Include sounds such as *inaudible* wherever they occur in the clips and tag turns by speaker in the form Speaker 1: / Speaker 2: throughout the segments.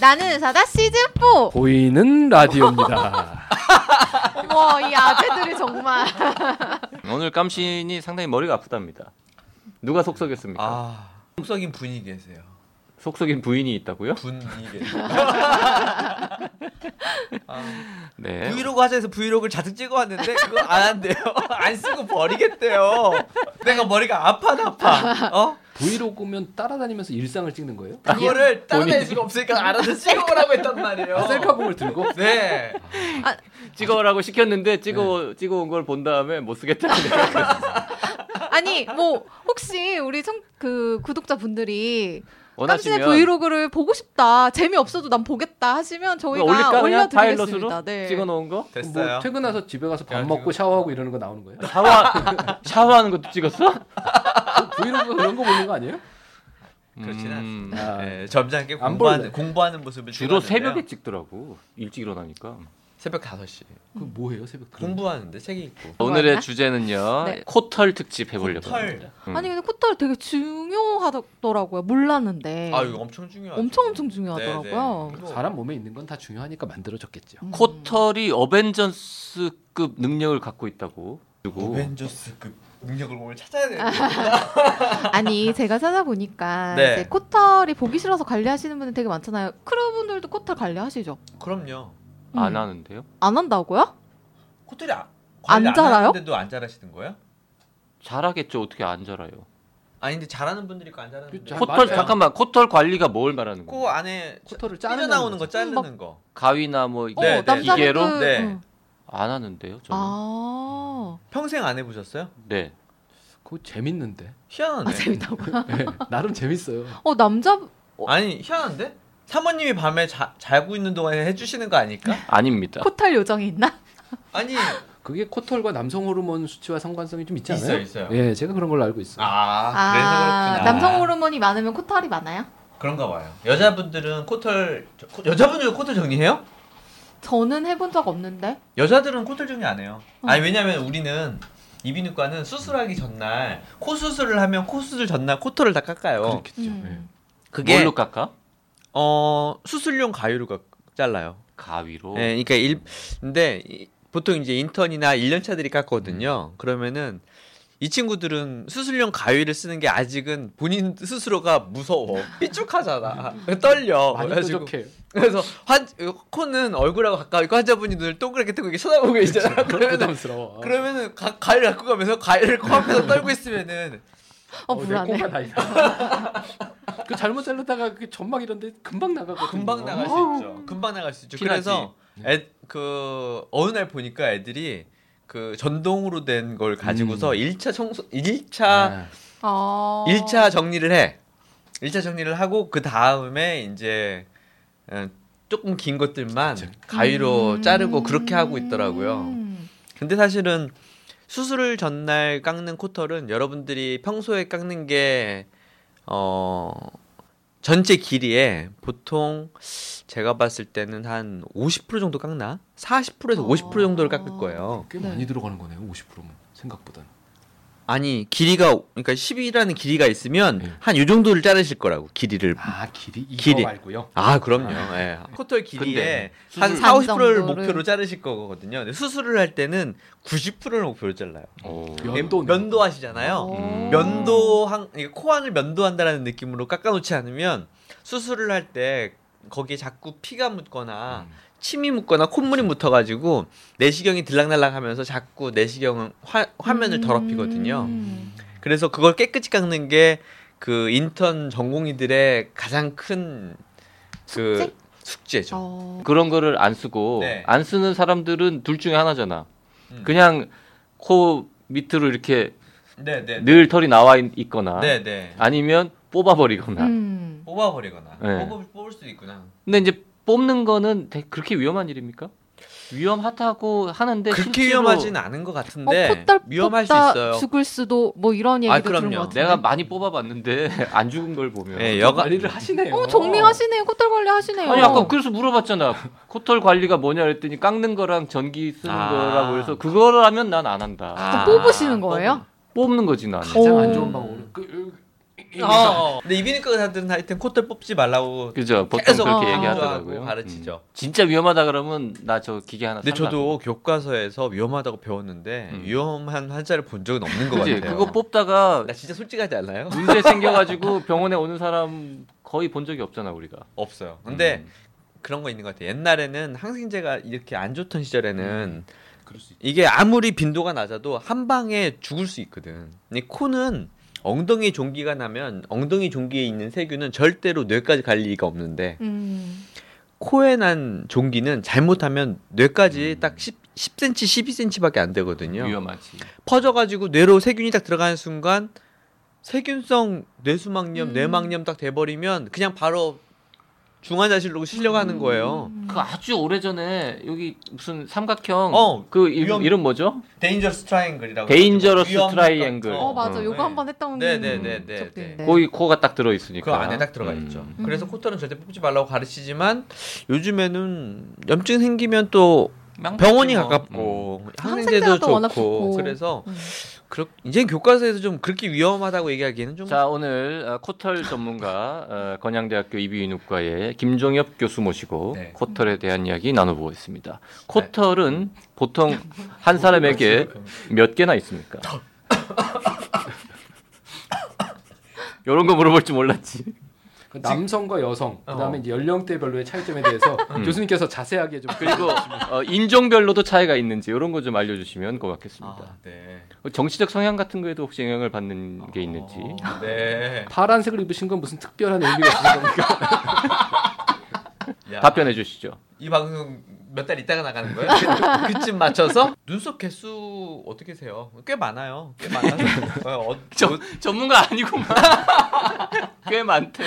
Speaker 1: 나는 의사다 시즌 4.
Speaker 2: 보이는 라디오입니다. *laughs*
Speaker 1: 와, 이 아재들이 정말. *laughs*
Speaker 3: 오늘 깜신이 상당히 머리가 아프답니다. 누가 속썩였습니까?
Speaker 4: 아 속썩인 분이 계세요
Speaker 3: 속썩인 부인이 있다고요?
Speaker 4: 분이 계세요 아,
Speaker 3: 네.
Speaker 4: 브이로그 하자에서 브이로그를 자주 찍어왔는데 그거 안 한대요 *laughs* 안 쓰고 버리겠대요 내가 머리가 아파 나파 어?
Speaker 2: 브이로그면 따라다니면서 일상을 찍는 거예요?
Speaker 4: 그거를 따라낼 수가 없으니까 알아서 찍어오라고 했단
Speaker 2: *laughs*
Speaker 4: 말이에요
Speaker 2: 아, 셀카봉을 들고?
Speaker 4: 네
Speaker 3: *laughs* 찍어라고 시켰는데 찍어 찍어온 걸 본 다음에 못
Speaker 1: *laughs*
Speaker 3: 쓰겠다는데.
Speaker 1: 아니, 뭐 혹시 우리 청, 그 구독자 분들이 깜신의
Speaker 3: 원하시면
Speaker 1: 브이로그를 보고 싶다. 재미없어도 난 보겠다 하시면
Speaker 3: 그거
Speaker 1: 저희가
Speaker 3: 올릴까 그냥
Speaker 1: 올려드리겠습니다.
Speaker 3: 파일럿으로
Speaker 1: 네.
Speaker 3: 찍어놓은 거
Speaker 4: 됐어요
Speaker 2: 뭐 퇴근해서 집에 가서 밥
Speaker 4: 야,
Speaker 2: 먹고
Speaker 4: 지금-
Speaker 2: 샤워하고 이러는 거 나오는 거예요?
Speaker 3: 샤워 *laughs* 샤워하는 것도 찍었어?
Speaker 2: 아, 브이로그 그런 거 보는 거 아니에요?
Speaker 4: 그렇진
Speaker 3: 음,
Speaker 2: 아,
Speaker 4: *laughs* 네, 점잖게
Speaker 2: 안
Speaker 4: 공부하는,
Speaker 2: 볼래.
Speaker 4: 공부하는 모습을
Speaker 3: 주로
Speaker 4: 찍어왔는데요.
Speaker 3: 새벽에 찍더라고 일찍 일어나니까.
Speaker 4: 새벽 5시
Speaker 2: 그 뭐예요 새벽?
Speaker 4: 공부하는데 책 읽고
Speaker 3: 오늘의
Speaker 1: 뭐였나?
Speaker 3: 주제는요
Speaker 1: 네.
Speaker 3: 코털 특집 해보려고
Speaker 4: 코털.
Speaker 3: 합니다. 음.
Speaker 1: 아니, 근데 코털 되게 중요하더라고요. 몰랐는데.
Speaker 4: 아 이거 엄청 중요하죠
Speaker 1: 엄청 엄청 중요하더라고요.
Speaker 4: 네네.
Speaker 2: 사람 몸에 있는 건 다 중요하니까 만들어졌겠죠.
Speaker 1: 음.
Speaker 3: 코털이 어벤져스급 능력을 갖고 있다고. 그리고
Speaker 4: 어벤져스급 능력을 오늘 찾아야 되는데
Speaker 1: 아니 제가 찾아보니까
Speaker 4: 네.
Speaker 1: 이제 코털이 보기 싫어서 관리하시는 분들 되게 많잖아요. 크루분들도 코털 관리하시죠?
Speaker 4: 그럼요
Speaker 3: 안
Speaker 1: 음.
Speaker 3: 하는데요?
Speaker 1: 안 한다고요?
Speaker 4: 코털이 아,
Speaker 1: 안
Speaker 4: 관리 안
Speaker 1: 자라요?
Speaker 4: 하는데도 안 자라시는 거예요?
Speaker 3: 잘하겠죠 어떻게 안 자라요?
Speaker 4: 아니 근데 잘하는 분들이 있고 안 잘하는 분들이
Speaker 2: 자,
Speaker 4: 있고.
Speaker 3: 코털
Speaker 2: 맞아요.
Speaker 3: 잠깐만 코털 관리가 뭘 말하는
Speaker 4: 코
Speaker 3: 거예요?
Speaker 4: 그 안에
Speaker 2: 코털을 짜는
Speaker 4: 삐져나오는 거
Speaker 1: 거죠.
Speaker 4: 자르는 거
Speaker 3: 가위나 뭐 이게
Speaker 1: 어,
Speaker 4: 네, 네.
Speaker 1: 남자분들
Speaker 3: 기계로?
Speaker 4: 네.
Speaker 1: 응.
Speaker 3: 안 하는데요 저는.
Speaker 1: 아.
Speaker 4: 평생 안 해보셨어요?
Speaker 3: 네.
Speaker 2: 그거 재밌는데.
Speaker 4: 희한하네
Speaker 1: 아 재밌다고요?
Speaker 2: 네, 나름 재밌어요.
Speaker 1: 어 남자
Speaker 4: 아니 희한한데? 사모님이 밤에 자, 자고 있는 동안에 해주시는 거 아닐까?
Speaker 3: 아닙니다.
Speaker 1: 코털 요정이 있나?
Speaker 4: 아니
Speaker 2: 그게 코털과 남성 호르몬 수치와 상관성이 좀 있지 않아요?
Speaker 4: 있어요, 있어요.
Speaker 2: 예, 제가 그런 걸로 알고 있어요.
Speaker 4: 아, 그래서 그렇구나
Speaker 1: 남성 호르몬이 많으면 코털이 많아요?
Speaker 4: 그런가 봐요 여자분들은 코털 저- 코- 여자분들은 코털 정리해요?
Speaker 1: 저는 해본 적 없는데.
Speaker 4: 여자들은 코털 정리 안 해요. 아니 왜냐면 우리는 이비인후과는 수술하기 전날 코 수술을 하면 코 수술 전날 코털을 다 깎아요.
Speaker 2: 그렇겠죠.
Speaker 1: 음.
Speaker 4: 네.
Speaker 2: 예.
Speaker 4: 그게-
Speaker 1: 네.
Speaker 3: 뭘로 깎아?
Speaker 4: 어 수술용 가위로 깎- 잘라요.
Speaker 2: 어.
Speaker 3: 가위로.
Speaker 4: 예, 그러니까 일 근데 이- 보통 이제 인턴이나 1년차들이
Speaker 2: 음.
Speaker 4: 깎거든요. 그러면은 이 친구들은 수술용 가위를 쓰는 게 아직은 본인 스스로가
Speaker 2: *laughs*
Speaker 4: 무서워 삐죽하잖아 떨려
Speaker 2: 많이
Speaker 4: 어, 그래가지고
Speaker 2: 뾰족해요.
Speaker 4: 그래서 환 코는 얼굴하고 가까워 있고 환자분이 눈을 동그랗게 뜨고 이렇게 쳐다보고
Speaker 2: *laughs*
Speaker 4: 있잖아
Speaker 2: 그건
Speaker 4: 그렇죠. 그러면은
Speaker 2: 부담스러워.
Speaker 4: 그러면은 가, 가위를 갖고 가면서 가위를 코앞에서 떨고 있으면은
Speaker 1: 어
Speaker 2: 내
Speaker 1: 불안해.
Speaker 2: 꼬가 다 있어. *laughs* 그 잘못 자르다가 그 점막 이런데 금방 나가거든요.
Speaker 4: 금방 나갈
Speaker 2: 어,
Speaker 4: 수 있죠. 금방 나갈 수 있죠.
Speaker 3: 피나지.
Speaker 4: 그래서 애, 그 어느 날 보니까 애들이 그 전동으로 된 걸 가지고서 일 1차 청소 1차
Speaker 2: 네.
Speaker 1: 아.
Speaker 4: 일 1차 정리를 해. 1차 정리를 하고 그 다음에 이제 어, 조금 긴 것들만 가위로
Speaker 1: 음.
Speaker 4: 자르고 그렇게 하고 있더라고요. 근데 사실은 수술 전날 깎는 코털은 여러분들이 평소에 깎는 게, 어, 전체 길이에 보통 제가 봤을 때는 한 50% 정도 깎나? 40%에서
Speaker 1: 어.
Speaker 4: 50% 정도를 깎을 거예요.
Speaker 2: 꽤
Speaker 1: 네.
Speaker 2: 많이 들어가는 거네요. 50%면 생각보다는.
Speaker 4: 아니, 길이가, 그러니까 10이라는 길이가 있으면
Speaker 2: 네.
Speaker 4: 한 요 정도를 자르실 거라고, 길이를.
Speaker 2: 아 길이 이거 음.
Speaker 4: 길이.
Speaker 2: 말고요.
Speaker 4: 아, 그럼요. 예. 코털 길이에
Speaker 3: 근데
Speaker 4: 한
Speaker 3: 수술-
Speaker 4: 4,
Speaker 1: 반
Speaker 4: 50%를
Speaker 1: 정도를.
Speaker 4: 목표로 자르실 거거든요. 근데 수술을 할 때는 90%를 목표로 잘라요.
Speaker 3: 오.
Speaker 2: 면도
Speaker 4: 면도 하시잖아요.
Speaker 3: 음.
Speaker 4: 면도한 이게 코안을 면도한다라는 느낌으로 깎아놓지 않으면 수술을 할 때 거기에 자꾸 피가
Speaker 2: 아.
Speaker 4: 묻거나
Speaker 2: 음.
Speaker 4: 침이 묻거나 콧물이 묻어가지고 내시경이 들락날락하면서 자꾸 내시경은 화, 화면을 더럽히거든요.
Speaker 1: 음.
Speaker 4: 그래서 그걸 깨끗이 깎는 게 그 인턴 전공의들의 가장 큰 그 숙제죠.
Speaker 1: 어.
Speaker 3: 그런 거를 안 쓰고
Speaker 4: 네.
Speaker 3: 안 쓰는 사람들은 둘 중에 하나잖아.
Speaker 4: 음.
Speaker 3: 그냥 코 밑으로 이렇게
Speaker 4: 네, 네,
Speaker 3: 늘 털이 나와 있- 있거나
Speaker 4: 네, 네.
Speaker 3: 아니면 뽑아버리거나.
Speaker 1: 음.
Speaker 4: 뽑아버리거나
Speaker 3: 네.
Speaker 4: 뽑을, 뽑을 수도 있구나.
Speaker 3: 근데 이제 뽑는 거는 되- 그렇게 위험한 일입니까? 위험 하다고 하는데
Speaker 4: 그렇게
Speaker 3: 실제로
Speaker 4: 위험하진 않은 것 같은데
Speaker 1: 어, 콧달
Speaker 4: 위험할 수
Speaker 1: 뽑다
Speaker 4: 있어요.
Speaker 1: 죽을 수도 뭐 이런 얘기도
Speaker 4: 아,
Speaker 1: 들은
Speaker 4: 그럼요.
Speaker 1: 것 같은데.
Speaker 3: 내가 많이 뽑아봤는데 *laughs* 안 죽은 걸 보면.
Speaker 4: 예, 여가
Speaker 2: 관리를 하시네요.
Speaker 1: 어 정리하시네요. 꽃들 관리하시네요.
Speaker 3: 아니 아까 그래서 물어봤잖아. 코털 관리가 뭐냐 그랬더니 깎는 거랑 전기 쓰는
Speaker 4: 아.
Speaker 3: 거라고 해서 그거라면 난 안 한다.
Speaker 4: 아,
Speaker 1: 뽑으시는 거예요?
Speaker 3: 뽑는 거지 나는.
Speaker 2: 가장
Speaker 1: 오.
Speaker 2: 안 좋은 방법으로. 그,
Speaker 4: 뽑- 어. 근데 이비인후과 의사들은 하여튼 콧털 뽑지 말라고
Speaker 3: 그죠. 보통
Speaker 4: 계속
Speaker 3: 그렇게
Speaker 1: 어.
Speaker 3: 얘기하더라고요.
Speaker 4: 가르치죠.
Speaker 3: 음. 진짜 위험하다 그러면 나 저 기계 하나.
Speaker 4: 근데
Speaker 3: 살라고.
Speaker 4: 저도 교과서에서 위험하다고 배웠는데
Speaker 3: 음.
Speaker 4: 위험한 환자를 본 적은 없는 것
Speaker 3: 그지.
Speaker 4: 같아요.
Speaker 3: 그거 뽑다가 음.
Speaker 4: 나 진짜 솔직하지 않나요?
Speaker 3: 문제 생겨가지고 *laughs* 병원에 오는 사람 거의 본 적이 없잖아 우리가.
Speaker 4: 없어요. 근데
Speaker 3: 음.
Speaker 4: 그런 거 있는 것 같아요. 옛날에는 항생제가 이렇게 안 좋던 시절에는
Speaker 3: 음.
Speaker 2: 그럴 수 있죠.
Speaker 4: 이게 아무리 빈도가 낮아도 한 방에 죽을 수 있거든. 근데 코는 엉덩이 종기가 나면 엉덩이 종기에 있는 세균은 절대로 뇌까지 갈 리가 없는데
Speaker 1: 음.
Speaker 4: 코에 난 종기는 잘못하면 뇌까지 딱 10, 10cm, 12cm밖에 안 되거든요.
Speaker 3: 위험하지.
Speaker 4: 퍼져가지고 뇌로 세균이 딱 들어가는 순간 세균성 뇌수막염,
Speaker 1: 음.
Speaker 4: 뇌막염 딱 돼버리면 그냥 바로 중환자실로 실려가는 거예요.
Speaker 1: 음.
Speaker 3: 그 아주 오래 전에 여기 무슨 삼각형.
Speaker 4: 어,
Speaker 3: 그 이-
Speaker 4: 위험-
Speaker 3: 이름 뭐죠?
Speaker 4: 데인저스 트라이앵글이라고.
Speaker 3: Dangerous triangle.
Speaker 1: 어 맞아.
Speaker 3: 어,
Speaker 1: 요거
Speaker 4: 네.
Speaker 1: 한번 했던
Speaker 4: 네, 네, 네, 네,
Speaker 1: 적도
Speaker 4: 네.
Speaker 1: 있는데.
Speaker 3: 거기 코가 딱 들어 있으니까. 음.
Speaker 4: 그 안에 딱 들어가 있죠.
Speaker 1: 음.
Speaker 4: 그래서 코털은 절대 뽑지 말라고 가르치지만 요즘에는 염증 생기면 또 병원이 가깝고 항생제도
Speaker 1: 음. 항생제가 또
Speaker 4: 좋고,
Speaker 1: 워낙 좋고.
Speaker 4: 그래서
Speaker 1: 음.
Speaker 4: 그렇 이제 교과서에서 좀 그렇게 위험하다고 얘기하기에는 좀
Speaker 3: 자 오늘 어, 코털 전문가 어, 건양대학교 이비인후과의 김종엽 교수 모시고
Speaker 4: 네.
Speaker 3: 코털에 대한 이야기 나눠보겠습니다. 코털은 보통 한 사람에게 몇 개나 *laughs* 있습니까? 이런 거 물어볼 줄 몰랐지.
Speaker 2: 그 남성과 여성, 그다음에 이제 연령대별로의 차이점에 *laughs* 대해서
Speaker 3: 음.
Speaker 2: 교수님께서 자세하게 좀
Speaker 3: 그리고 어, 인종별로도 차이가 있는지 이런 거 좀 알려주시면 고맙겠습니다. 어,
Speaker 4: 아, 네.
Speaker 3: 정치적 성향 같은 거에도 혹시 영향을 받는 게 있는지.
Speaker 4: 어, 네.
Speaker 2: 파란색을 입으신 건 무슨 특별한 의미가 있는 *laughs* 겁니까?
Speaker 4: 야,
Speaker 3: 답변해 주시죠.
Speaker 4: 이 방송 몇 달 있다가 나가는 거예요? *laughs* 그쯤 맞춰서 눈썹 개수 어떻게 세요? 꽤 많아요.
Speaker 3: *laughs*
Speaker 4: 꽤 많아요. 어, 어,
Speaker 3: 저- 전문가 아니구만. *laughs* 꽤 많대.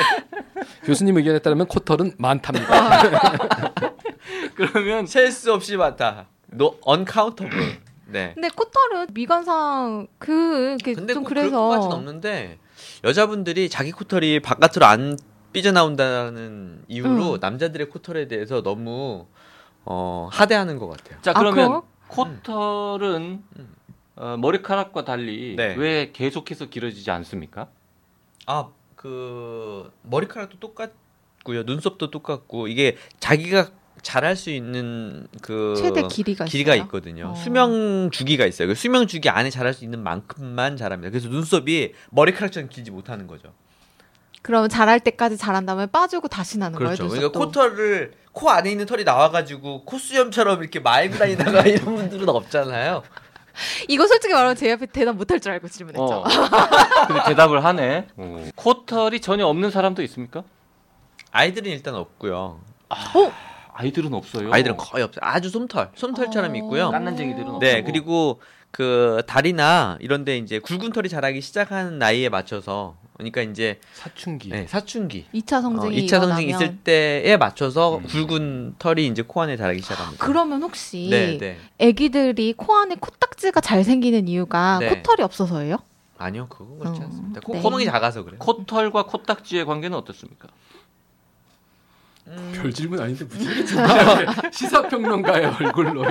Speaker 2: 교수님 의견에 따르면 코털은 많답니다.
Speaker 3: 그러면
Speaker 4: 셀수 없이 많다. 너 언카운터블.
Speaker 3: 음,
Speaker 4: 네.
Speaker 1: 근데 코털은 미관상 그 이렇게
Speaker 4: 근데
Speaker 1: 좀
Speaker 4: 꼭 그래서 그럴 것까진
Speaker 1: 그래서
Speaker 4: 없는데 여자분들이 자기 코털이 바깥으로 안 삐져나온다는 이유로
Speaker 1: 음.
Speaker 4: 남자들의 코털에 대해서 너무 어, 하대하는 것 같아요.
Speaker 3: 자
Speaker 1: 아,
Speaker 3: 그러면
Speaker 1: 그럼?
Speaker 3: 코털은
Speaker 4: 음.
Speaker 3: 어, 머리카락과 달리
Speaker 4: 네.
Speaker 3: 왜 계속해서 길어지지 않습니까?
Speaker 4: 아, 그 머리카락도 똑같고요. 눈썹도 똑같고 이게 자기가 잘할 수 있는 그
Speaker 1: 최대 길이가
Speaker 4: 길이가
Speaker 1: 있어요?
Speaker 4: 있거든요.
Speaker 1: 어.
Speaker 4: 수명 주기가 있어요. 그 수명 주기 안에 잘할 수 있는 만큼만 잘합니다. 그래서 눈썹이 머리카락처럼 길지 못하는 거죠.
Speaker 1: 그럼 자랄 때까지 자란 다음에 빠지고 다시 나는
Speaker 4: 그렇죠.
Speaker 1: 거예요.
Speaker 4: 그러니까
Speaker 1: 눈썹도?
Speaker 4: 코털을 코 안에 있는 털이 나와가지고 코수염처럼 이렇게 말고 다니다가 *laughs* 이런 분들은 없잖아요.
Speaker 1: 이거 솔직히 말하면 제 앞에 대답 못할 줄 알고 질문했죠.
Speaker 3: 어. *laughs* 근데 대답을 하네. 어. 코털이 전혀 없는 사람도 있습니까?
Speaker 4: 아이들은 일단 없고요.
Speaker 3: 아이들은 없어요.
Speaker 4: 아이들은 거의 없어요. 아주 솜털, 솜털처럼
Speaker 1: 어.
Speaker 4: 있고요.
Speaker 3: 깐난쟁이들은
Speaker 4: 네,
Speaker 3: 없고.
Speaker 4: 그리고 그 다리나 이런데 이제 굵은 털이 자라기 시작하는 나이에 맞춰서 그러니까 이제
Speaker 3: 예.
Speaker 2: 사춘기.
Speaker 4: 네, 사춘기.
Speaker 1: 2차
Speaker 4: 어,
Speaker 1: *laughs* 성징이
Speaker 4: 2차 성징
Speaker 1: 일어나면
Speaker 4: 있을 때에 맞춰서
Speaker 3: 음.
Speaker 4: 굵은 털이 이제 코 안에 자라기 시작합니다.
Speaker 1: 아, 그러면 혹시
Speaker 4: 네, 네.
Speaker 1: 아기들이 코 안에 코딱지가 잘 생기는 이유가
Speaker 4: 네.
Speaker 1: 코털이 없어서예요? *laughs*
Speaker 4: 아니요, 그건 그렇지
Speaker 1: 어,
Speaker 4: 않습니다. 코,
Speaker 1: 네.
Speaker 4: 코멍이 작아서 그래요.
Speaker 3: 코털과 코딱지의 관계는 어떻습니까?
Speaker 4: 음,
Speaker 2: 별 질문 아닌데 무지하게 진지하게 시사평론가의 얼굴로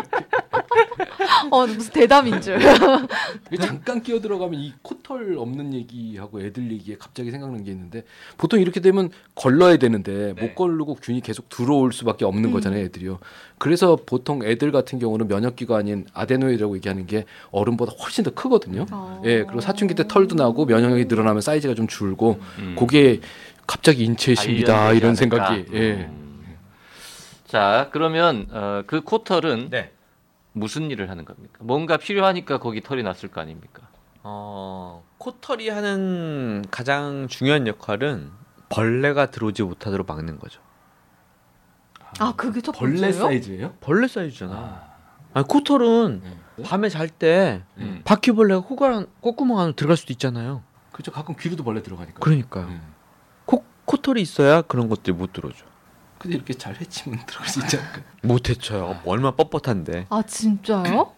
Speaker 1: 어 무슨 대담인 줄.
Speaker 4: 네.
Speaker 1: *laughs*
Speaker 2: 이게 잠깐 끼어 들어가면 이 코털 없는 얘기하고 애들 얘기에 갑자기 생각난 게 있는데 보통 이렇게 되면 걸러야 되는데
Speaker 4: 네.
Speaker 2: 못 걸르고 균이 계속 들어올 수밖에 없는
Speaker 1: 음.
Speaker 2: 거잖아요 애들이요 그래서 보통 애들 같은 경우는 면역기관인 아데노이드라고 얘기하는 게 어른보다 훨씬 더 크거든요
Speaker 1: 아.
Speaker 2: 예 그리고 사춘기 때 털도 나고 면역력이 늘어나면 사이즈가 좀 줄고
Speaker 3: 음.
Speaker 2: 그게 갑자기 인체의 신비다
Speaker 3: 관련되지
Speaker 2: 이런
Speaker 3: 않을까?
Speaker 2: 생각이 예
Speaker 3: 음. 자 그러면 어, 그 코털은
Speaker 4: 네.
Speaker 3: 무슨 일을 하는 겁니까? 뭔가 필요하니까 거기 털이 났을 거 아닙니까?
Speaker 4: 어, 코털이 하는 가장 중요한 역할은 벌레가 들어오지 못하도록 막는 거죠.
Speaker 1: 아 그게 첫
Speaker 2: 벌레
Speaker 1: 번째예요?
Speaker 2: 사이즈예요?
Speaker 4: 벌레 사이즈잖아. 아니, 코털은 밤에 잘 때 바퀴벌레가 코가 콧구멍 안으로 들어갈 수도 있잖아요.
Speaker 2: 그렇죠 가끔 귀로도 벌레 들어가니까
Speaker 4: 그러니까요.
Speaker 2: 음.
Speaker 4: 코, 코털이 있어야 그런 것들이 못 들어오죠.
Speaker 2: 근데 이렇게 잘 헤치면 들어갈 수 있지 않을까?
Speaker 4: 못해쳐요. 아. 얼마 뻣뻣한데.
Speaker 1: 아 진짜요?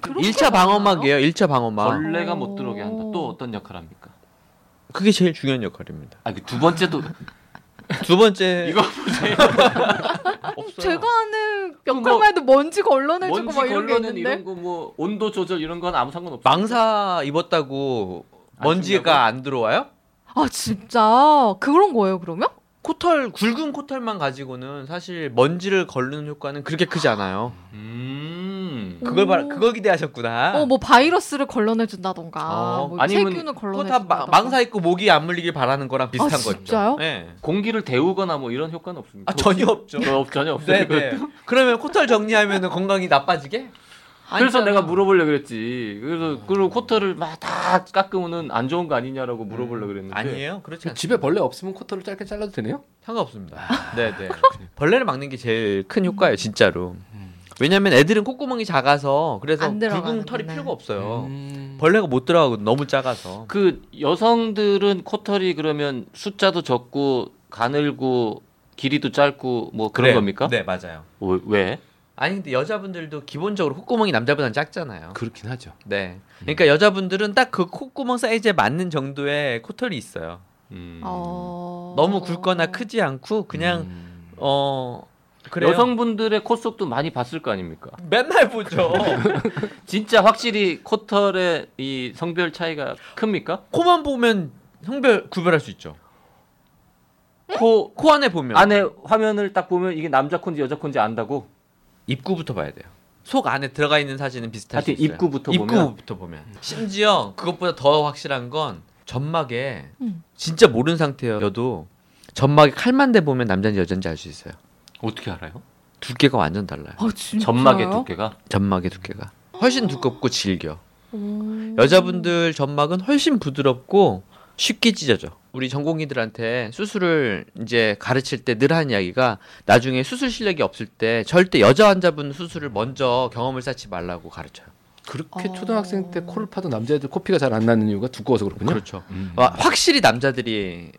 Speaker 1: 그런 게
Speaker 4: 1차 방어막이에요. 1차 방어막.
Speaker 3: 벌레가 못 들어오게 한다. 또 어떤 역할을 합니까?
Speaker 4: 그게 제일 중요한 역할입니다.
Speaker 3: 아, 그두
Speaker 1: *laughs*
Speaker 3: 번째도
Speaker 4: 두 번째
Speaker 3: 이거
Speaker 4: 없어요.
Speaker 1: 제가 아는
Speaker 3: 그거-
Speaker 1: 역할만 해도 먼지가 얼러내지고
Speaker 3: 먼지
Speaker 1: 막 네, 이런 게
Speaker 3: 걸러는
Speaker 1: 있는데
Speaker 3: 이런 거 뭐 온도 조절 이런 건 아무 상관 없어.
Speaker 4: 망사 입었다고
Speaker 3: 안 준다고?
Speaker 4: 먼지가 안 들어와요?
Speaker 1: 아 진짜 그런 거예요 그러면?
Speaker 4: 코털 굵은 코털만 가지고는 사실 먼지를 걸르는 효과는 그렇게 크지 않아요.
Speaker 3: 음.
Speaker 4: 그걸
Speaker 1: 오.
Speaker 4: 말 그걸 기대하셨구나.
Speaker 1: 어 뭐 바이러스를 걸러내준다던가
Speaker 4: 어,
Speaker 1: 뭐
Speaker 3: 아니면
Speaker 4: 그거
Speaker 1: 세균을
Speaker 4: 다 마-
Speaker 1: 걸러내준다던가
Speaker 4: 망사 입고 모기 안 물리길 바라는 거랑 비슷한
Speaker 1: 아,
Speaker 4: 거죠.
Speaker 1: 진짜요?
Speaker 4: 네.
Speaker 3: 공기를 데우거나 뭐 이런 효과는 없습니다.
Speaker 4: 아 전혀 없죠.
Speaker 3: 전혀 없어요.
Speaker 4: 네, 네. 그러면 코털 정리하면 건강이 나빠지게?
Speaker 3: 그래서
Speaker 4: 아니잖아. 그러니까 뭐. 어.
Speaker 3: 내가 물어보려 그랬지. 그래서 그리고 코털을 막 다 깎으면은 안 좋은 거 아니냐라고 물어보려 네. 그랬는데.
Speaker 4: 음, 아니에요. 그렇지 않습니다.
Speaker 2: *laughs* 집에 벌레 없으면 코털을 짧게 잘라도 되네요?
Speaker 4: 상관없습니다. 네, 네. 벌레를 막는 게 제일 큰
Speaker 1: 음.
Speaker 4: 효과예요, 진짜로. 왜냐면 애들은 콧구멍이 작아서 그래서
Speaker 1: 안 들어가는구나.
Speaker 4: 붉은 털이 필요가 없어요.
Speaker 2: 음.
Speaker 4: 벌레가 못 들어가고 너무 작아서.
Speaker 3: 그 여성들은 코털이 그러면 숫자도 적고 가늘고 길이도 짧고 뭐 그런
Speaker 4: 그래.
Speaker 3: 겁니까?
Speaker 4: 네, 맞아요.
Speaker 3: 어, 왜?
Speaker 4: 아니 근데 여자분들도 기본적으로 콧구멍이 남자보다는 작잖아요.
Speaker 2: 그렇긴 하죠.
Speaker 4: 네. 그러니까 여자분들은 딱 그 콧구멍 사이즈에 맞는 정도의 코털이 있어요.
Speaker 3: 음.
Speaker 1: 어...
Speaker 4: 너무 굵거나 크지 않고 그냥
Speaker 2: 음.
Speaker 4: 어 그래요.
Speaker 3: 여성분들의 콧속도 많이 봤을 거 아닙니까?
Speaker 4: 맨날 보죠.
Speaker 3: 진짜 확실히 코털의 이 성별 차이가 큽니까?
Speaker 4: *laughs* 코만 보면 성별 구별할 수 있죠.
Speaker 3: 코
Speaker 4: 코 안에 보면
Speaker 3: 안에 화면을 딱 보면 이게 남자 콘지 여자 콘지 안다고?
Speaker 4: 입구부터 봐야 돼요. 속 안에 들어가 있는 사진은 비슷할 수
Speaker 3: 하여튼
Speaker 4: 있어요.
Speaker 3: 입구부터 보면
Speaker 4: 입구부터 보면. 심지어 그것보다 더 확실한 건 점막에
Speaker 1: 음.
Speaker 4: 진짜 모르는 상태여도 점막에 칼만 대 보면 남자인지 여자인지 알 수 있어요.
Speaker 3: 어떻게 알아요?
Speaker 4: 두께가 완전 달라요.
Speaker 1: 아, 진짜요?
Speaker 3: 점막의 두께가
Speaker 4: 점막의 두께가 훨씬 두껍고 질겨.
Speaker 1: 오.
Speaker 4: 여자분들 점막은 훨씬 부드럽고 쉽게 찢어져. 우리 전공의들한테 수술을 이제 가르칠 때 늘 하는 이야기가 나중에 수술 실력이 없을 때 절대 여자 환자분 수술을 먼저 경험을 쌓지 말라고 가르쳐요.
Speaker 2: 그렇게
Speaker 1: 어.
Speaker 2: 초등학생 때 코를 파도 남자애들 코피가 잘 안 나는 이유가 두꺼워서 그렇군요.
Speaker 4: 그렇죠. 와, 확실히 남자들이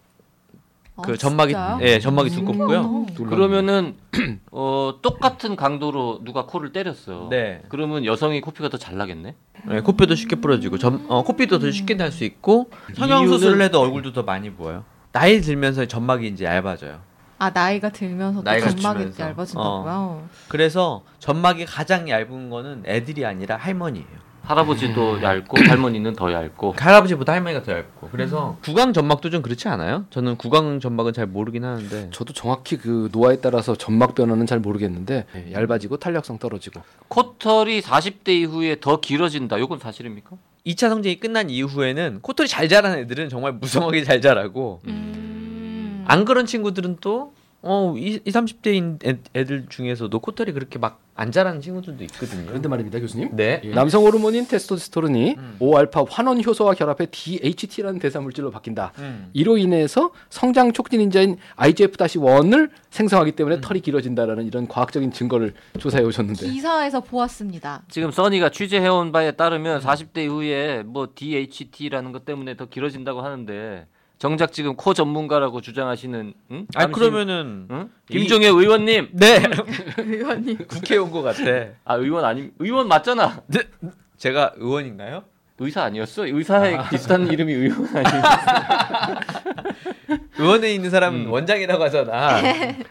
Speaker 1: 아,
Speaker 4: 그 전막이
Speaker 1: 진짜요?
Speaker 4: 예, 전막이 두껍고요.
Speaker 1: 음.
Speaker 2: 놀랍네요.
Speaker 3: 그러면은 *clears throat* 어, 똑같은 강도로 누가 코를 때렸어요.
Speaker 1: 음.
Speaker 4: 네.
Speaker 3: 그러면 여성이 코피가 더 잘 나겠네?
Speaker 4: 네, 코뼈도 쉽게 부러지고 점, 어, 코피도 더 쉽게 날 수 있고 성형
Speaker 3: 이유는-
Speaker 4: 수술을 해도 얼굴도 더 많이 부어요. 나이 들면서 점막이 이제 얇아져요.
Speaker 1: 아 나이가 들면서 또
Speaker 4: 나이가
Speaker 1: 점막이
Speaker 4: 들면서.
Speaker 1: 얇아진다고요?
Speaker 4: 그래서 점막이 가장 얇은 거는 애들이 아니라 할머니예요.
Speaker 3: 할아버지도 얇고 *clears throat* 할머니는 더 얇고
Speaker 4: 할아버지보다 할머니가 더 얇고. 그래서 음. 구강 점막도 좀 그렇지 않아요? 저는 구강 점막은 잘 모르긴 하는데.
Speaker 2: 저도 정확히 그 노화에 따라서 점막 변화는 잘 모르겠는데 예, 얇아지고 탄력성 떨어지고
Speaker 3: 코털이 40대 이후에 더 길어진다. 요건 사실입니까?
Speaker 4: 2차 성징이 끝난 이후에는 코털이 잘 자란 애들은 정말 무성하게 잘 자라고
Speaker 1: 음.
Speaker 4: 안 그런 친구들은 또 어, 20, 30대인 애, 애들 중에서도 코털이 그렇게 막 안 자라는 친구들도 있거든요.
Speaker 2: 그런데 말입니다 교수님
Speaker 4: 네.
Speaker 2: 예, 남성 호르몬인 테스토스테론이
Speaker 4: 음.
Speaker 2: 5알파 환원 효소와 결합해 DHT라는 대사 물질로 바뀐다
Speaker 4: 음.
Speaker 2: 이로 인해서 성장 촉진 인자인 IGF-1을 생성하기 때문에
Speaker 4: 음.
Speaker 2: 털이 길어진다라는 이런 과학적인 증거를 조사해 오셨는데
Speaker 1: 기사에서 보았습니다.
Speaker 3: 지금 써니가 취재해온 바에 따르면 40대 이후에 뭐 DHT라는 것 때문에 더 길어진다고 하는데 정작 지금 코 전문가라고 주장하시는 응?
Speaker 4: 아
Speaker 3: 남신-
Speaker 4: 그러면은
Speaker 3: 응?
Speaker 4: 이-
Speaker 3: 임종혜 *laughs* 의원님
Speaker 4: 네
Speaker 1: 의원님
Speaker 4: *laughs* 국회 온 것 같아.
Speaker 3: 아 의원 아니 의원 맞잖아
Speaker 4: 제가 의원인가요?
Speaker 3: 의사 아니었어 의사에 비슷한 이름이 의원 *laughs* 아니었어
Speaker 4: 의원에 있는 사람은
Speaker 3: 음.
Speaker 4: 원장이라고 하잖아.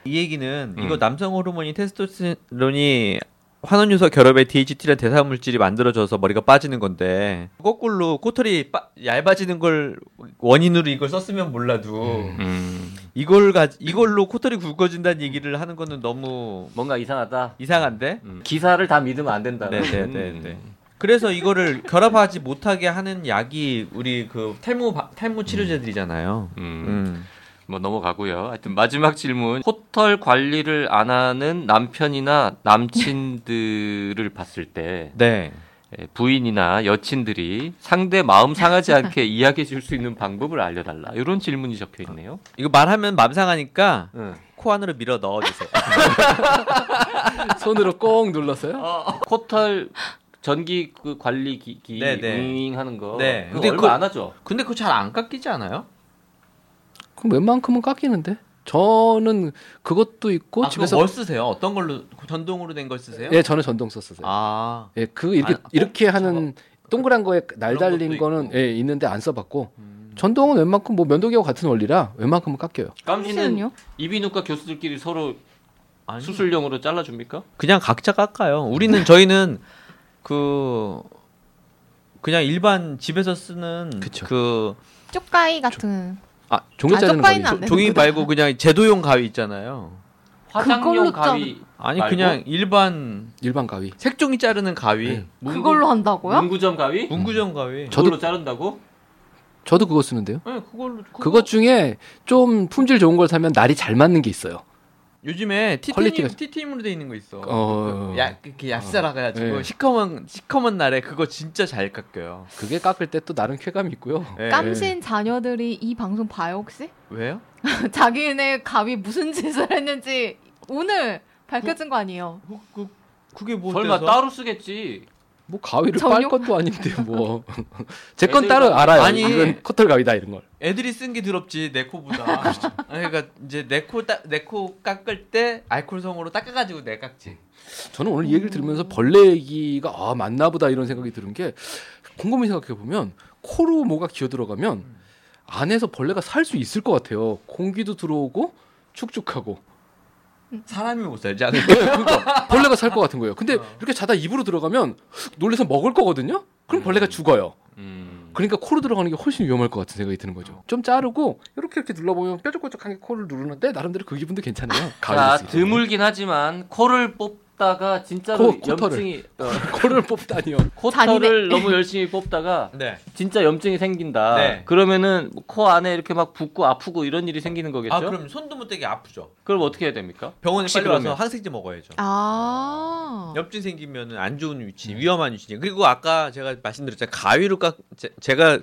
Speaker 4: 이 얘기는
Speaker 3: 음.
Speaker 4: 이거 남성 호르몬이 테스토스테론이 환원 유소 결합에 DHT라는 대사 물질이 만들어져서 머리가 빠지는 건데 거꾸로 코털이 빠- 얇아지는 걸 원인으로 이걸 썼으면 몰라도
Speaker 3: 음.
Speaker 4: 이걸 가 이걸로 코털이 굵어진다는 얘기를 하는 거는 너무
Speaker 3: 뭔가 이상하다
Speaker 4: 이상한데.
Speaker 3: 음. 기사를 다 믿으면 안 된다는 음.
Speaker 4: 네, 네, 네, 네. 그래서 이거를 결합하지 못하게 하는 약이 우리 그 탈모 바- 탈모 치료제들이잖아요. 음.
Speaker 3: 뭐 넘어가고요. 하여튼 마지막 질문. 호털 관리를 안 하는 남편이나 남친들을 봤을 때
Speaker 4: 네.
Speaker 3: 예, 부인이나 여친들이 상대 마음 상하지
Speaker 1: *laughs*
Speaker 3: 않게 이야기해 줄 수 있는 방법을 알려달라. 이런 질문이 적혀 있네요. 예.
Speaker 4: 이거 말하면 맘 상하니까
Speaker 3: 응.
Speaker 4: 코 안으로 밀어 넣어주세요.
Speaker 2: 손으로 꽁 눌러서요 *laughs*
Speaker 3: 코털 전기 그 관리 기기
Speaker 4: 네, 네.
Speaker 3: 윙윙 하는 거.
Speaker 4: 네.
Speaker 3: 그거
Speaker 4: *laughs* 근데
Speaker 3: 얼마
Speaker 4: 그거-
Speaker 3: 안 하죠.
Speaker 4: 아, 근데 그거 잘 안 깎이지 않아요?
Speaker 2: 그럼 웬만큼은 깎이는데 저는 그것도 있고
Speaker 4: 아, 집에서
Speaker 2: 집에서
Speaker 4: 뭘 쓰세요? 어떤 걸로 전동으로 된 걸 쓰세요?
Speaker 2: 예, 저는 전동 썼었어요.
Speaker 4: 아.
Speaker 2: 예, 그 이렇게
Speaker 4: 아, 어?
Speaker 2: 이렇게 하는 동그란 거에 날
Speaker 4: 그런
Speaker 2: 달린
Speaker 4: 것도
Speaker 2: 거는
Speaker 4: 있고.
Speaker 2: 예, 있는데 안 써봤고
Speaker 4: 음.
Speaker 2: 전동은 웬만큼 뭐 면도기하고 같은 원리라 웬만큼은 깎여요.
Speaker 3: 깜지는
Speaker 1: 깜시는요?
Speaker 3: 이비인후과 교수들끼리 서로
Speaker 4: 아니,
Speaker 3: 수술용으로 잘라줍니까?
Speaker 4: 그냥 각자 깎아요. 우리는 저희는 그 그냥 일반 집에서 쓰는
Speaker 2: 그쵸.
Speaker 4: 그
Speaker 1: 쪽가이 같은.
Speaker 4: 아,
Speaker 2: 종교자는
Speaker 1: 쪽파이는 안
Speaker 2: 거의
Speaker 1: 네,
Speaker 4: 종이
Speaker 1: 그거는.
Speaker 4: 말고 그냥 제도용 가위 있잖아요.
Speaker 1: 그걸로
Speaker 3: 화장용 가위
Speaker 4: 아니
Speaker 3: 말고?
Speaker 4: 그냥 일반
Speaker 2: 일반 가위.
Speaker 4: 색종이 자르는 가위,
Speaker 2: 네.
Speaker 3: 문구-
Speaker 1: 그걸로 한다고요?
Speaker 3: 문구점 가위?
Speaker 4: 문구점 가위.
Speaker 2: 저도-
Speaker 3: 저걸로 자른다고?
Speaker 2: 저도 그거 쓰는데요.
Speaker 3: 네, 그걸로
Speaker 2: 그것 중에 좀 품질 좋은 걸 사면 날이 잘 맞는 게 있어요.
Speaker 4: 요즘에 티팀
Speaker 2: 퀄리티가-
Speaker 4: 티팀으로 돼 있는 거 있어.
Speaker 2: 어.
Speaker 4: 그 야, 그 얍싸라 가지고
Speaker 2: 네.
Speaker 4: 시커먼 시커먼 날에 그거 진짜 잘 깎여요.
Speaker 2: 그게 깎을 때 또 나름 쾌감이 있고요.
Speaker 4: 네.
Speaker 1: 깜신 자녀들이 이 방송 봐요 혹시? *laughs*
Speaker 4: 왜요?
Speaker 1: 자기네 감이 무슨 짓을 했는지 오늘 밝혀진 거 아니에요?
Speaker 4: 그, 그, 그게 뭐
Speaker 3: 설마
Speaker 4: 어때서?
Speaker 3: 따로 쓰겠지?
Speaker 2: 뭐 가위를 빨
Speaker 1: 전용?
Speaker 2: 것도 아닌데 뭐. 제 건
Speaker 3: 애들
Speaker 2: 따로
Speaker 3: 가위.
Speaker 2: 알아요.
Speaker 4: 아니.
Speaker 2: 이건 커털 가위다 이런 걸.
Speaker 4: 애들이 쓴 게 더럽지 내 코보다. 그러니까 이제 내코내코 깎을 때 알코올 성으로 닦아가지고 내 깎지.
Speaker 2: 저는 오늘 이 얘기를 들으면서 벌레 얘기가 아 맞나 보다 이런 생각이 드는 게 곰곰이 생각해 보면 코로 뭐가 기어 들어가면 안에서 벌레가 살 수 있을 것 같아요. 공기도 들어오고 축축하고
Speaker 4: 사람이 못 살지 않을
Speaker 2: 네, 그러니까 벌레가 살 것 같은 거예요. 근데
Speaker 4: 어.
Speaker 2: 이렇게 자다 입으로 들어가면 놀래서 먹을 거거든요. 그럼 벌레가 죽어요.
Speaker 3: 음.
Speaker 2: 그러니까 코로 들어가는 게 훨씬 위험할 것 같은 생각이 드는 거죠. 좀 자르고 이렇게 이렇게 눌러보면 뾰족뾰족한 게 코를 누르는데 나름대로 그 기분도 괜찮아요.
Speaker 3: 자,
Speaker 2: 가을이었으니까.
Speaker 3: 드물긴 하지만 코를 뽑다가 진짜로
Speaker 2: 코- 코털을.
Speaker 3: 염증이 어,
Speaker 2: *laughs* 코를 뽑다니요.
Speaker 1: 음.
Speaker 3: 코털을 너무 열심히 뽑다가
Speaker 4: 네.
Speaker 3: 진짜 염증이 생긴다.
Speaker 4: 네.
Speaker 3: 그러면은 코 안에 이렇게 막 붓고 아프고 이런 일이 생기는 거겠죠?
Speaker 4: 아
Speaker 3: 그럼...
Speaker 4: 그럼 손도 못 대게 아프죠.
Speaker 3: 어떻게 해야 됩니까?
Speaker 4: 병원에
Speaker 3: 혹시
Speaker 4: 빨리 가서
Speaker 3: 그러면?
Speaker 4: 항생제 먹어야죠.
Speaker 1: 아.
Speaker 2: 음.
Speaker 4: 염증 생기면 안 좋은 위치,
Speaker 3: 네.
Speaker 4: 위험한 위치니. 그리고 아까 제가 말씀드렸잖아요. 가위로 깎 제- 제가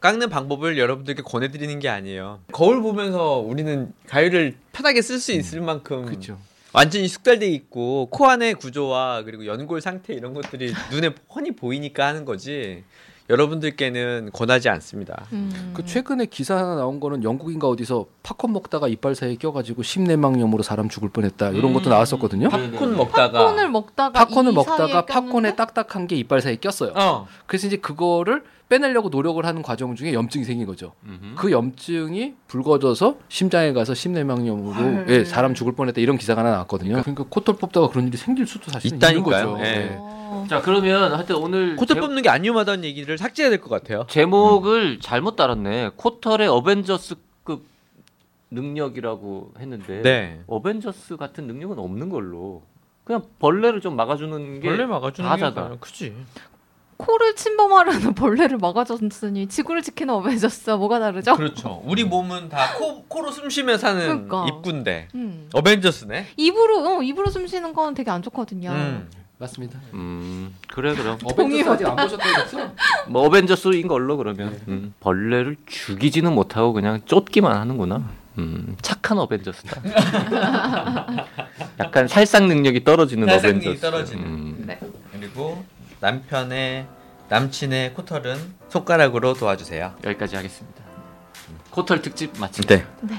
Speaker 4: 깎는 방법을 여러분들께 권해드리는 게 아니에요. 거울 보면서 우리는 가위를 편하게 쓸
Speaker 3: 음.
Speaker 4: 수 있을 만큼
Speaker 2: 그렇죠.
Speaker 4: 완전히 숙달돼 있고 코 안의 구조와 그리고 연골 상태
Speaker 3: *laughs*
Speaker 4: 이런 것들이 눈에 훤히 보이니까 하는 거지. 여러분들께는 권하지 않습니다.
Speaker 1: 음.
Speaker 2: 그 최근에 기사 하나 나온 거는 영국인가 어디서 팝콘 먹다가 이빨 사이에 껴가지고 심내막염으로 사람 죽을 뻔했다 이런 것도
Speaker 3: 음.
Speaker 2: 나왔었거든요.
Speaker 3: 네.
Speaker 4: 팝콘 먹다가
Speaker 1: 팝콘을 먹다가
Speaker 2: 팝콘을
Speaker 1: 이 사이에
Speaker 2: 먹다가
Speaker 1: 꼈는데?
Speaker 2: 팝콘에 딱딱한 게 이빨 사이에 꼈어요.
Speaker 4: 어
Speaker 2: 그래서 이제 그거를 빼내려고 노력을 하는 과정 중에 염증이 생긴 거죠.
Speaker 3: 음흠.
Speaker 2: 그 염증이 불거져서 심장에 가서 심내막염으로
Speaker 1: 헐.
Speaker 2: 예, 사람 죽을 뻔했다 이런 기사가 하나 나왔거든요. 그러니까 코털 뽑다가 그런 일이 생길 수도 사실 있다는
Speaker 4: 있다니까요.
Speaker 2: 거죠.
Speaker 4: 예.
Speaker 2: 예.
Speaker 1: 어.
Speaker 3: 자, 그러면 하여튼 오늘 음,
Speaker 4: 코털
Speaker 3: 제-
Speaker 4: 뽑는 게 안 위험하다는 얘기를 삭제해야 될 것 같아요.
Speaker 3: 제목을 잘못 따랐네. 코털의 어벤져스급 능력이라고 했는데
Speaker 4: 네.
Speaker 3: 어벤져스 같은 능력은 없는 걸로 그냥 벌레를 좀 막아주는 게
Speaker 4: 막아주는
Speaker 3: 게 다자다. 아니라
Speaker 4: 그지.
Speaker 1: 코를 침범하려는 *laughs* 벌레를 막아줬으니 지구를 지키는 어벤져스와 뭐가 다르죠?
Speaker 4: 그렇죠. 우리 몸은 다 코, 코로 숨 쉬며 사는
Speaker 1: 그러니까.
Speaker 4: 입군데.
Speaker 1: 음.
Speaker 4: 어벤져스네.
Speaker 1: 입으로 어, 입으로 숨 쉬는 건 되게 안 좋거든요.
Speaker 4: 음.
Speaker 2: 맞습니다.
Speaker 3: 음 그래 그럼
Speaker 2: 어벤져스 아직 안 보셨다면서요?
Speaker 3: 뭐 어벤져스인 걸로 그러면
Speaker 4: 네.
Speaker 3: 음, 벌레를 죽이지는 못하고 그냥 쫓기만 하는구나 음 착한 어벤져스다
Speaker 4: *laughs*
Speaker 3: 약간 살상 능력이 떨어지는
Speaker 4: 살상이
Speaker 3: 어벤져스
Speaker 4: 떨어지는.
Speaker 3: 음.
Speaker 1: 네.
Speaker 4: 그리고 남편의 남친의 코털은 손가락으로 도와주세요.
Speaker 3: 여기까지 하겠습니다 음. 코털 특집 마칩니다
Speaker 4: 네.
Speaker 1: 네.